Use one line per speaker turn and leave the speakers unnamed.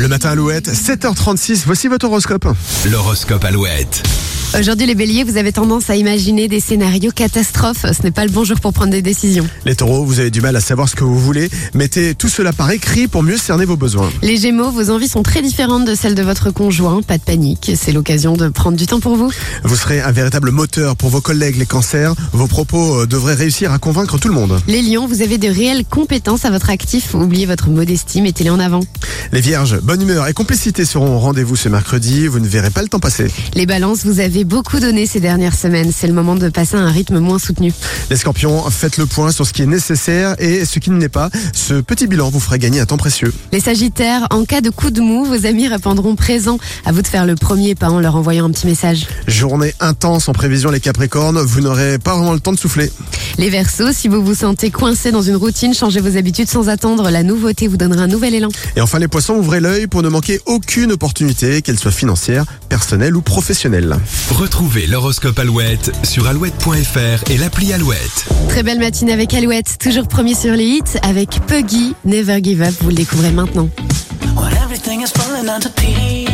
Jonathan Alouette, 7h36, voici votre horoscope.
L'horoscope Alouette.
Aujourd'hui, les béliers, vous avez tendance à imaginer des scénarios catastrophes. Ce n'est pas le bon jour pour prendre des décisions.
Les taureaux, vous avez du mal à savoir ce que vous voulez, mettez tout cela par écrit pour mieux cerner vos besoins.
Les gémeaux, vos envies sont très différentes de celles de votre conjoint. Pas de panique, c'est l'occasion de prendre du temps pour vous.
Vous serez un véritable moteur pour vos collègues les cancers, vos propos euh, devraient réussir à convaincre tout le monde.
Les lions, vous avez de réelles compétences à votre actif. Oubliez votre modestie, mettez-les en avant.
Les vierges, bonne humeur et complicité seront au rendez-vous ce mercredi, vous ne verrez pas le temps passer.
Les balances, vous avez beaucoup donné ces dernières semaines. C'est le moment de passer à un rythme moins soutenu.
Les scorpions, faites le point sur ce qui est nécessaire et ce qui ne l'est pas. Ce petit bilan vous fera gagner un temps précieux.
Les sagittaires, en cas de coup de mou, vos amis répondront présent. À vous de faire le premier pas en leur envoyant un petit message.
Journée intense en prévision les capricornes, vous n'aurez pas vraiment le temps de souffler.
Les versos, si vous vous sentez coincé dans une routine, changez vos habitudes sans attendre. La nouveauté vous donnera un nouvel élan.
Et enfin les poissons, ouvrez l'œil pour ne manquer aucune opportunité, qu'elle soit financière, personnelle ou professionnelle.
Retrouvez l'horoscope Alouette sur alouette.fr et l'appli Alouette.
Très belle matinée avec Alouette, toujours premier sur les hits avec Puggy, Never Give Up. Vous le découvrez maintenant.
When everything is falling onto pieces.